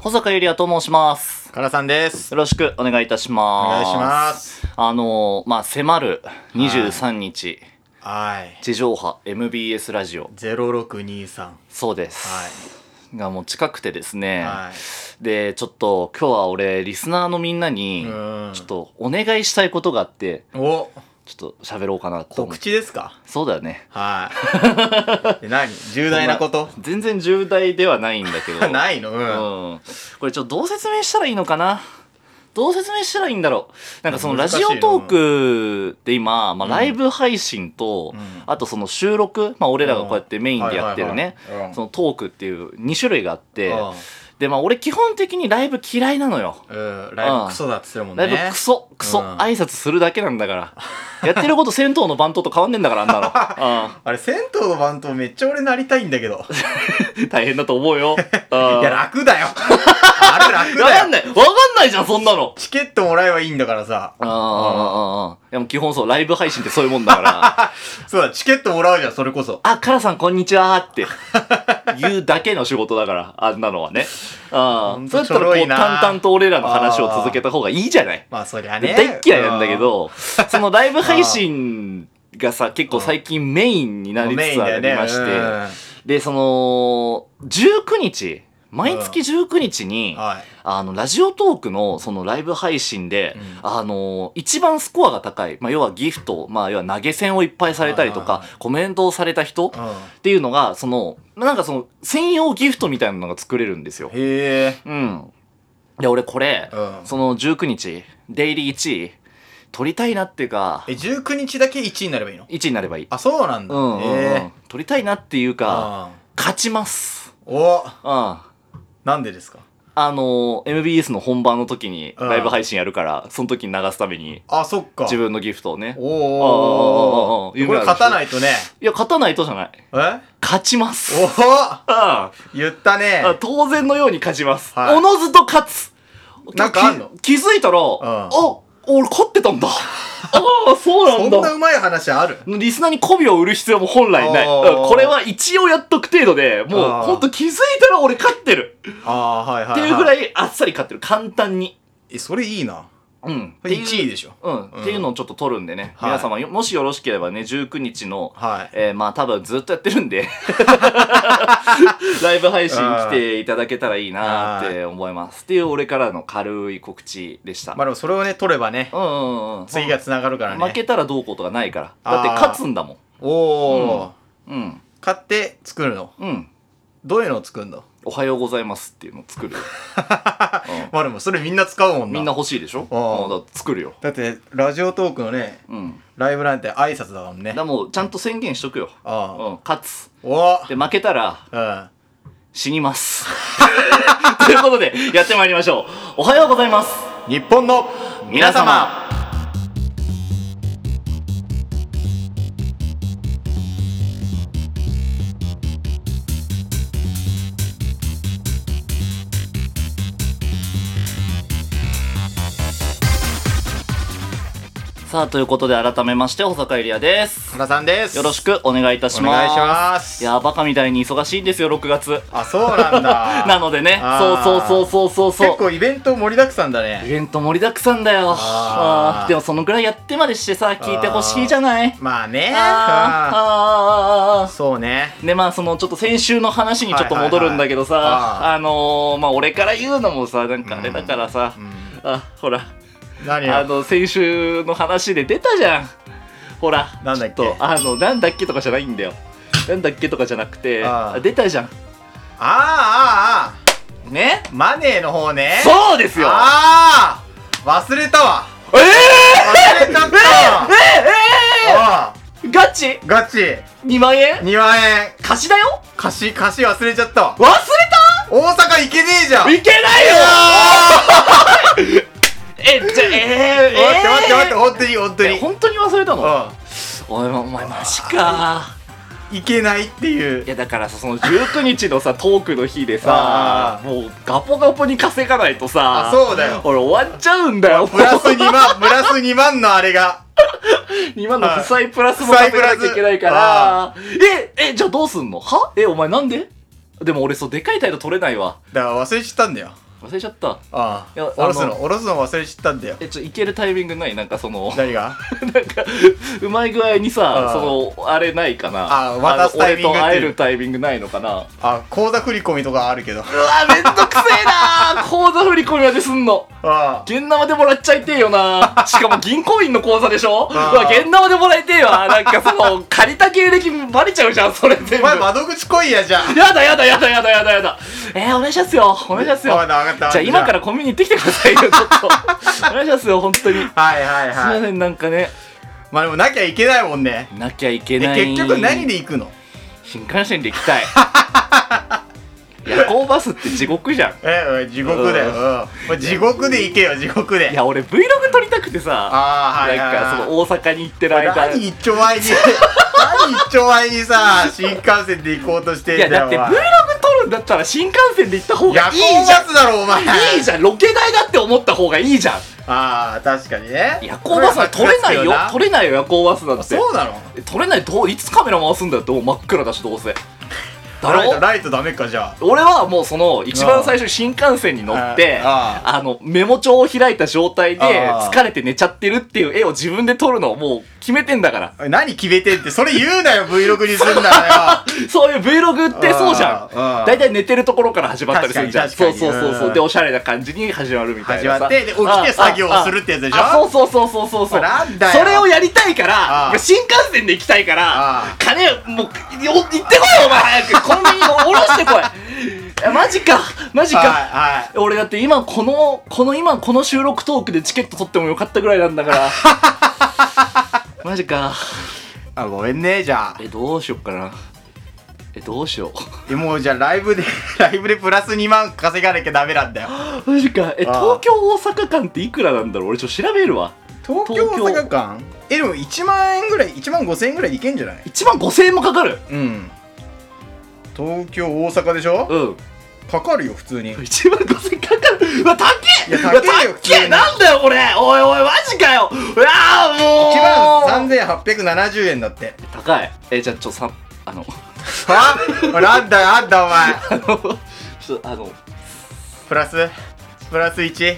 保坂ゆりやと申します。からさんです。よろしくお願いいたしおます。願いしま。す。あのー、まあ、迫る23日、はい。地上波 MBS ラジオ、ゼロ六二三。そうです。はがもう近くてですね、い。はで、ちょっと今日は俺、リスナーのみんなにい。、うん。ちょっ。とお願いしたいことがあって、お、ちょっと喋ろうかなと思っ告て。知ですか。そうだよね。 はい。で何？重大なこと？全然重大ではないんだけど。 ないの。うん。うん、これちょっとどう説明したらいいのかなどう説明したらいいんだろうなんかそのラ難しいジなオトークで今、まあ、うんライブ配信と、うんあとその収録、まあ、俺らがこうやってメインでやってるねはいはいはいうんそのトークっていう2種類があってうんでまあ俺基本的にライブ嫌いなのようん。ライブクソだっつってるもんラね。イブクソクソ、うん挨拶するだけなんだからやってること銭湯の番頭と変わんねえんだからあんなの、あれ銭湯の番頭めっちゃ俺なりたいんだけど。 うん、大変だと思うよ、うん、いやわ楽 だよ。あれ楽だかんよ。ないわかんないじゃんそんなのチケットもらえばいいんだからさ。あーあーあーあーいやもう基本そう、ライブ配信ってそういうもんだか ら、そうだチケットもらうじゃんそれこそ。あ、カラさんこんにちはって言うだけの仕事だから、あんなのはね。あほあ、んそとうやったらこちょろういな淡々と俺らの話を続けた方がいいじゃない。まあそりゃでね。大っ嫌いなんだけど、 そのライブ配信がさ、結構最近メインにう。なんりつメインつだあよね。りまして、うで、その、19日、毎月19日に、んはい。あの、ラジオトークの、そのライブ配信で、うんあの、一番スコアが高い、まあ、要はギフト、まあ、要は投げ銭をいっぱいされたりとはいかはいは、コメントをされた人うん。っていうのが、その、まあなんかその、専用ギフトみたいなのが作れるんですよ。へえ。うん。で、俺これ、うんその19日、デイリー1位、取りたいなっていうかえ、、19日だけ1位になればいいの1位になればいい。あ、そうなんだ。うん、うんうんへえ。取りたいなっていうか、あ勝ちます。ーおうん。なんでですかあの、MBS の本番の時に、うんライブ配信やるから、その時に流すために、あ、そっか。自。分のギフトをね。おーおーおーおーあーおあーあーーこれ勝たないとね。いや、勝たないとじゃない。え勝ちます。おおあ言ったね。あ当然のように勝ちます。はいおのずと勝つ。なんかあんのき気づいたら、あ、俺勝って たんだ。ああ、そうなそんんなだ。うまい話あるリスナーに媚びを売る必要も本来ない。あーうんこれは一応やっとく程度で、もうあーほんと気づいたら俺勝ってる。ああー、はいはっい。ていうぐらい。いあっさり勝ってる。簡単に。え、それいいな。うん。っていう1位でしょ。うん、っていうのをちょっと撮るんでね、はい皆様よもしよろしければね19日の、はい。えーまあ多分ずっとやってるん でライブ配信来ていただけたらいいなって思いますっていう俺からの軽い告知でした、まあでもそれをね、取ればねう、んうんうん次が繋がるから負ね。けたらどうこうとかないからだって勝つんだもんおおうんー。買って作るの。うんどういうのを作るのおはようございますっていうのを作る、まあでもそれみんな使うもうんんな。みんな。欲しいでしょああうんだから作るよだって、ラジオトークのね、うんライブなんて挨拶だもんねだか。らもうちゃんと宣言しとくよ、うああ。ん、勝つおおで負けたらうん。死にます。 ということで、やってまいりましょう。おはようございます。日本の皆皆様様。さあ、ということで、改めまして、保坂ゆりやです。原さんですよろしくくお願いいたしおます。願いしますいやー、バカみたいに忙しいんですよ、6月。あそうなん だなのでね、そうあーそうそうそうそうそう。結構イベント盛りだくさんだイねベント盛りだくさんだよ。ああーーでもそのぐらいやってまでしてさ、聞いてほしいじゃない。まあねああーあーあーあーーそうねでまあそのちょっと先週の話にちょっと戻るんだけどさ、はいはいはいああのー、まあ俺から言うのもさなんかあれだからさ、うんあほら何あよの先週の話で出たじゃんほらなんだっけちょとあのなんだっけとかじゃないんだよなんだっけとかじゃなくてあー出たじゃあーあーあんねーマネーの方ねそうですよああ忘れたわえー、忘れちゃったわえあえー、ガチーガチ2万円2万円貸しだよ貸し貸し忘れちゃったわ忘れ大阪行けねえじゃんたいけないよえじゃえー、えー、待って待って待って本当に本当にえ本当に忘れたのうんおいお前マジかいけないっていういやだからさその19日のさトークの日でさあもうガポガポに稼がないとさあそうだよ俺終わっちゃうんだよプラス2万プラス2万のあれが今の負債プラスも負稼債プがラなスきゃいけないからええじゃあどうすんのはえお前なんででも俺そうでかい態度取れないわだから忘れちゃったんだよ忘れちゃったあいやあおろすあののおろすの忘れちったんだよえちょいけるタイミングないなんかその何が なんかうまい具合にさあーそのあれないかなあー渡すタイミングあの俺と会っていうえるタイミングないのかなあ口座振り込みとかあるけどうわめんどくせえ なー口座振り込みまですんのあ現生でもらっちゃいてえよ なしかも銀行員の口座でしょうあーわ現生でもらいてえわなんかそ の借りた経歴バレちゃうじゃんそれ全部お前窓口来いやじゃあやだやだやだやだやだやだえー、お願いしますよお願いしますよわかったわかったじゃあ今からコンビニ行ってきてくださいよちょっとお願いしますよ本当にすいはいはいまはいせんなんかねまあでもなきゃいけないもんねなきゃいけえない結局何で行くの新幹線で行き たい夜行バスって地獄じゃんえおい地獄だようんうんおい地獄で行けよ地獄でいや俺 Vlog 撮りたくてさああはいはいなんかその大阪に行ってるはい間何一丁前に何一丁前にさ新幹線で行こうとしていんだやよだってお Vlog 前撮るんだったら新幹線で行った方がいい夜じ行ゃバスだろお前んいいじゃんロケ代だって思った方がいいじゃんああ確かにね夜行バスは撮れないよ撮れれないよ夜行バスだってそうなの撮れないどういつカメラ回すんだよってもう真っ暗だしどうせだライトろライトダメかじゃ俺はもうその一番最初に新幹線に乗ってああのメモ帳を開いた状態であ疲れて寝ちゃってるっていう絵を自分で撮るのをもう決めてんだからあ何決めてんってそれ言うなよ Vlog に すんならよそういう Vlog ってそうじゃんああ大体寝てるところから始まったりするじゃん確かそうに確かそうにそうそううんでおしゃれな感じに始まるみたいな始まってで起きて作業をするってやつでしょあああそうそうそうそうそうそうなんだよそれをやりたいからあいや新幹線で行きたいからああ金もうよ行ってこいお前早くコンビニを下ろしてこいいやマジかマジかはいはい俺だって今このこの今この収録トークでチケット取ってもよかったぐらいなんだから マジかあごめんねじゃあえどうしよっかなえどうしようえもうじゃあライブで ライブでプラス2万稼がなきゃダメなんだよ マジかえあ東あ京大阪間っていくらなんだろう俺ちょっと調べるわ東京大阪間えでも1万円ぐらい1万5000円ぐらいでいけんじゃない1万5000円もかかるうん東京大阪でしょ うんかかるよ普通に1万5000円かかるうわ高えいや高えようわ普高通えになんだよこれおいおいマジかようわーもう3870円だって高いえじゃあちょっとさあの あなんだよあんだお前あのちょっとあのプラスプラス 1?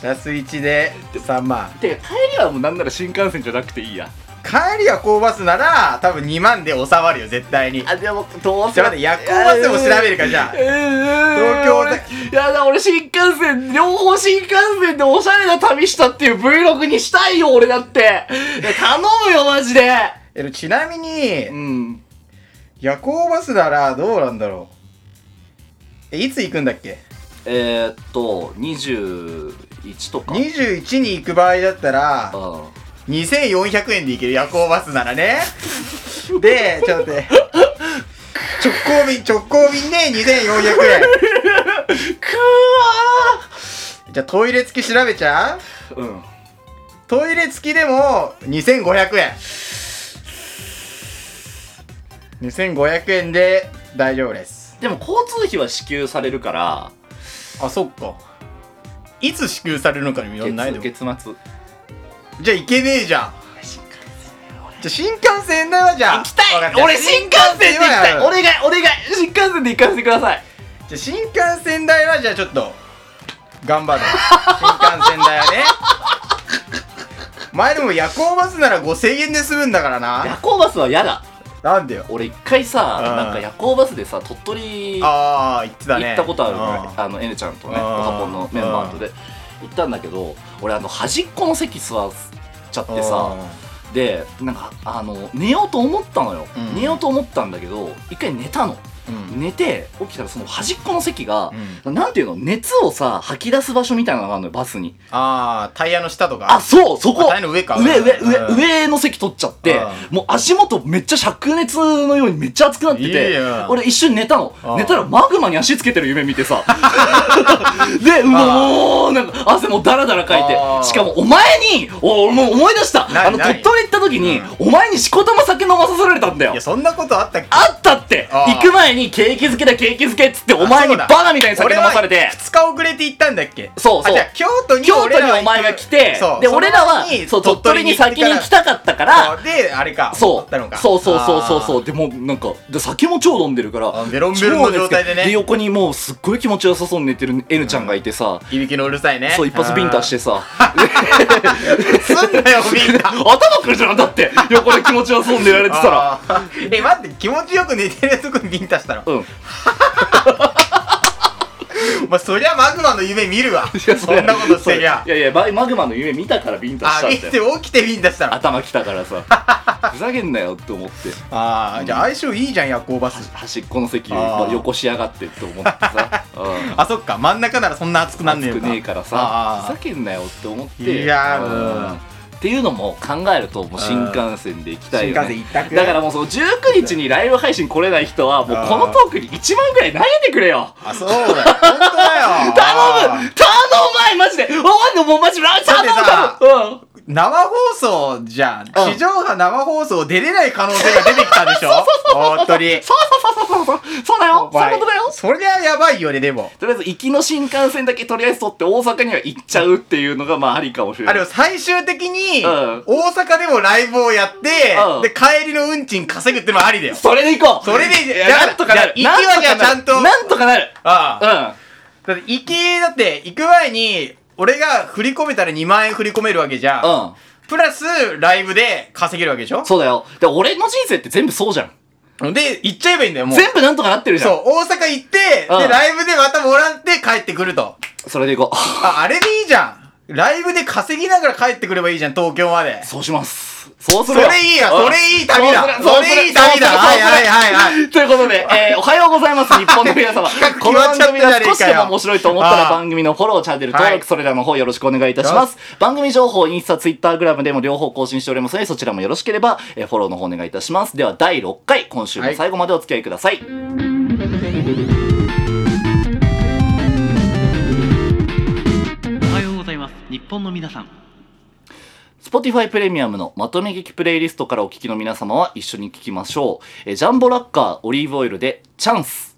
プラス1で3万てか帰りはもうなんなら新幹線じゃなくていいや帰りは高バスなら多分2万で収まるよ絶対にあでもどうじせゃあ待って夜行バスでも調べるかじゃあえー東京俺いやだ俺新幹線両方新幹線でおしゃれな旅したっていう Vlog にしたいよ俺だっていや頼むよマジでえちなみうにん夜行バスならどうなんだろうえいつ行くんだっけえー、っと21とか21に行く場合だったらあ2400円で行ける夜行バスならねでちょっと待って 直行便直行便で2400く円じゃあトイレ付き調べちゃわーううんトイレ付きでも2500円2500円で大丈夫ですでも交通費は支給されるからあそっかいつ支給されるのかにもよんないで月も月末じゃあ行けねえじゃんじゃあ新幹線だよじゃあ行きたわかいった俺新幹線で行きたい新幹線おは願いお願い新幹線で行かせてくださいじゃあ新幹線代はじゃあちょっと頑張る新幹線代はね前でも夜行バスなら5000円で済むんだから夜な行バスは嫌だなんでよ俺一回さうんなんか夜行バスでさ鳥取行ああ行ってたねったことあるうんあの N ちゃんとねうんおカポンのメンバーとで行ったんだけど俺あの端っこの席座っちゃってさでなんかあの寝ようと思ったのよ、うん寝ようと思ったんだけど一回寝たのうん寝て起きたらその端っこの席が、うんなんていうの熱をさ吐き出す場所みたいなのがあるのよバスにああタイヤの下とかあそうそこあタイの上か上上上、うん上の席取っちゃって、うもう足元めっちゃ灼熱のようにめっちゃ熱くなってていいやん俺一瞬寝たの、うん寝たらマグマに足つけてる夢見て さでうわーなんか汗もダラダラかいあてーしかもお前にお俺もう思い出した何あの鳥何取行った時に、お前にしこたま酒飲まさせられたんだよいやそんなことあったっけあったってあー行く前に景気づけだ景気づけっつってお前そにうだバカみたいに酒飲まされて2日遅れて行ったんだっけそうそうあじゃあ京都に京俺都らにはお前が来てそうでその俺らは前にそう鳥取に先に来たかったからあであれかそ思ったのうかそうそうそうそうそううでもうなんかで酒も超飲んでるからあベロンベロンの状態でね超で横にもうすっごい気持ちよさそうに寝てる N ちゃんがいてさ、いびきのうるさいねそう一発ビンタしてさあーすんなよビンタ頭くるじゃんだって横で気持ちよさそうに寝られてたらあーえ待って気持ちよく寝てるとこにビンタしたのうんまあそりゃマグマの夢見るわいやそんなことしてりゃそれいやいやママグマの夢見たからビンタしあたんビンだよタ起きてビンタしたのあ頭きたからさふざけんなよって思ってあーじゃあ相性いいじゃん夜行バス端っこの席あーを横しやがってって思ってさ、うんあそっか真ん中ならそんな熱くなんねえ熱のくねえからさあふーざけんなよって思っていやーうんうんっていうのも考えるともう新幹線で行きたい新よ幹線ね一択だからもうその19日にライブ配信来れない人はもうこのトークに1万ぐらい投げてくれよあそうだよ本当だよ頼あむー頼まいマジでお前もうマジラ頼むだってさ頼むうん生放送じゃん地上波生放送出れない可能性が出てきたでしょ本当にそうそうそうそうそうそうだよおそうい前うことだよそれはやばいよねでもとりあえず行きの新幹線だけとりあえず取って大阪には行っちゃうっていうのがまあありかもしれあないれを最終的に、うん大阪でもライブをやって、うんで、帰りの運賃稼ぐってのはありだよ。それで行こうそれでいやなだからんとかなるいや行きはじゃあちゃんとなんとかなるああ。なんとかなるだって、行き、だって、行く前に、俺が振り込めたら2万円振り込めるわけじゃん。うんうんプラス、ライブで稼げるわけでしょそうだよで俺の人生って全部そうじゃんで、行っちゃえばいいんだよ、もう。全部なんとかなってるじゃんそう、大阪行って、うんで、ライブでまたもらって帰ってくると。それで行こう あ、あれでいいじゃん。ライブで稼ぎながら帰ってくればいいじゃん、東京まで。そうしますそうすそるよれいいや、うんそれいい旅だ。そうそするれいい旅だ。そうすはるいはいはいは い。ということで、えーおはようございます、日本の皆 様。この番組が少しでも面白いと思ったら番組のフォロー、チャンネル登は録、いそれらの方よろしくお願いいたします。番組情報、インスタ、ツイッターグラムでも両方更新しておりますので、そちらもよろしければ、えーフォローの方お願いいたします。では、第6回、今週も最後までお付き合いください。おはようございます日本の皆さん Spotify プレミアムのまとめ劇プレイリストからお聞きの皆様は一緒に聞きましょう。えージャンボラッカーオリーブオイルでチャンス。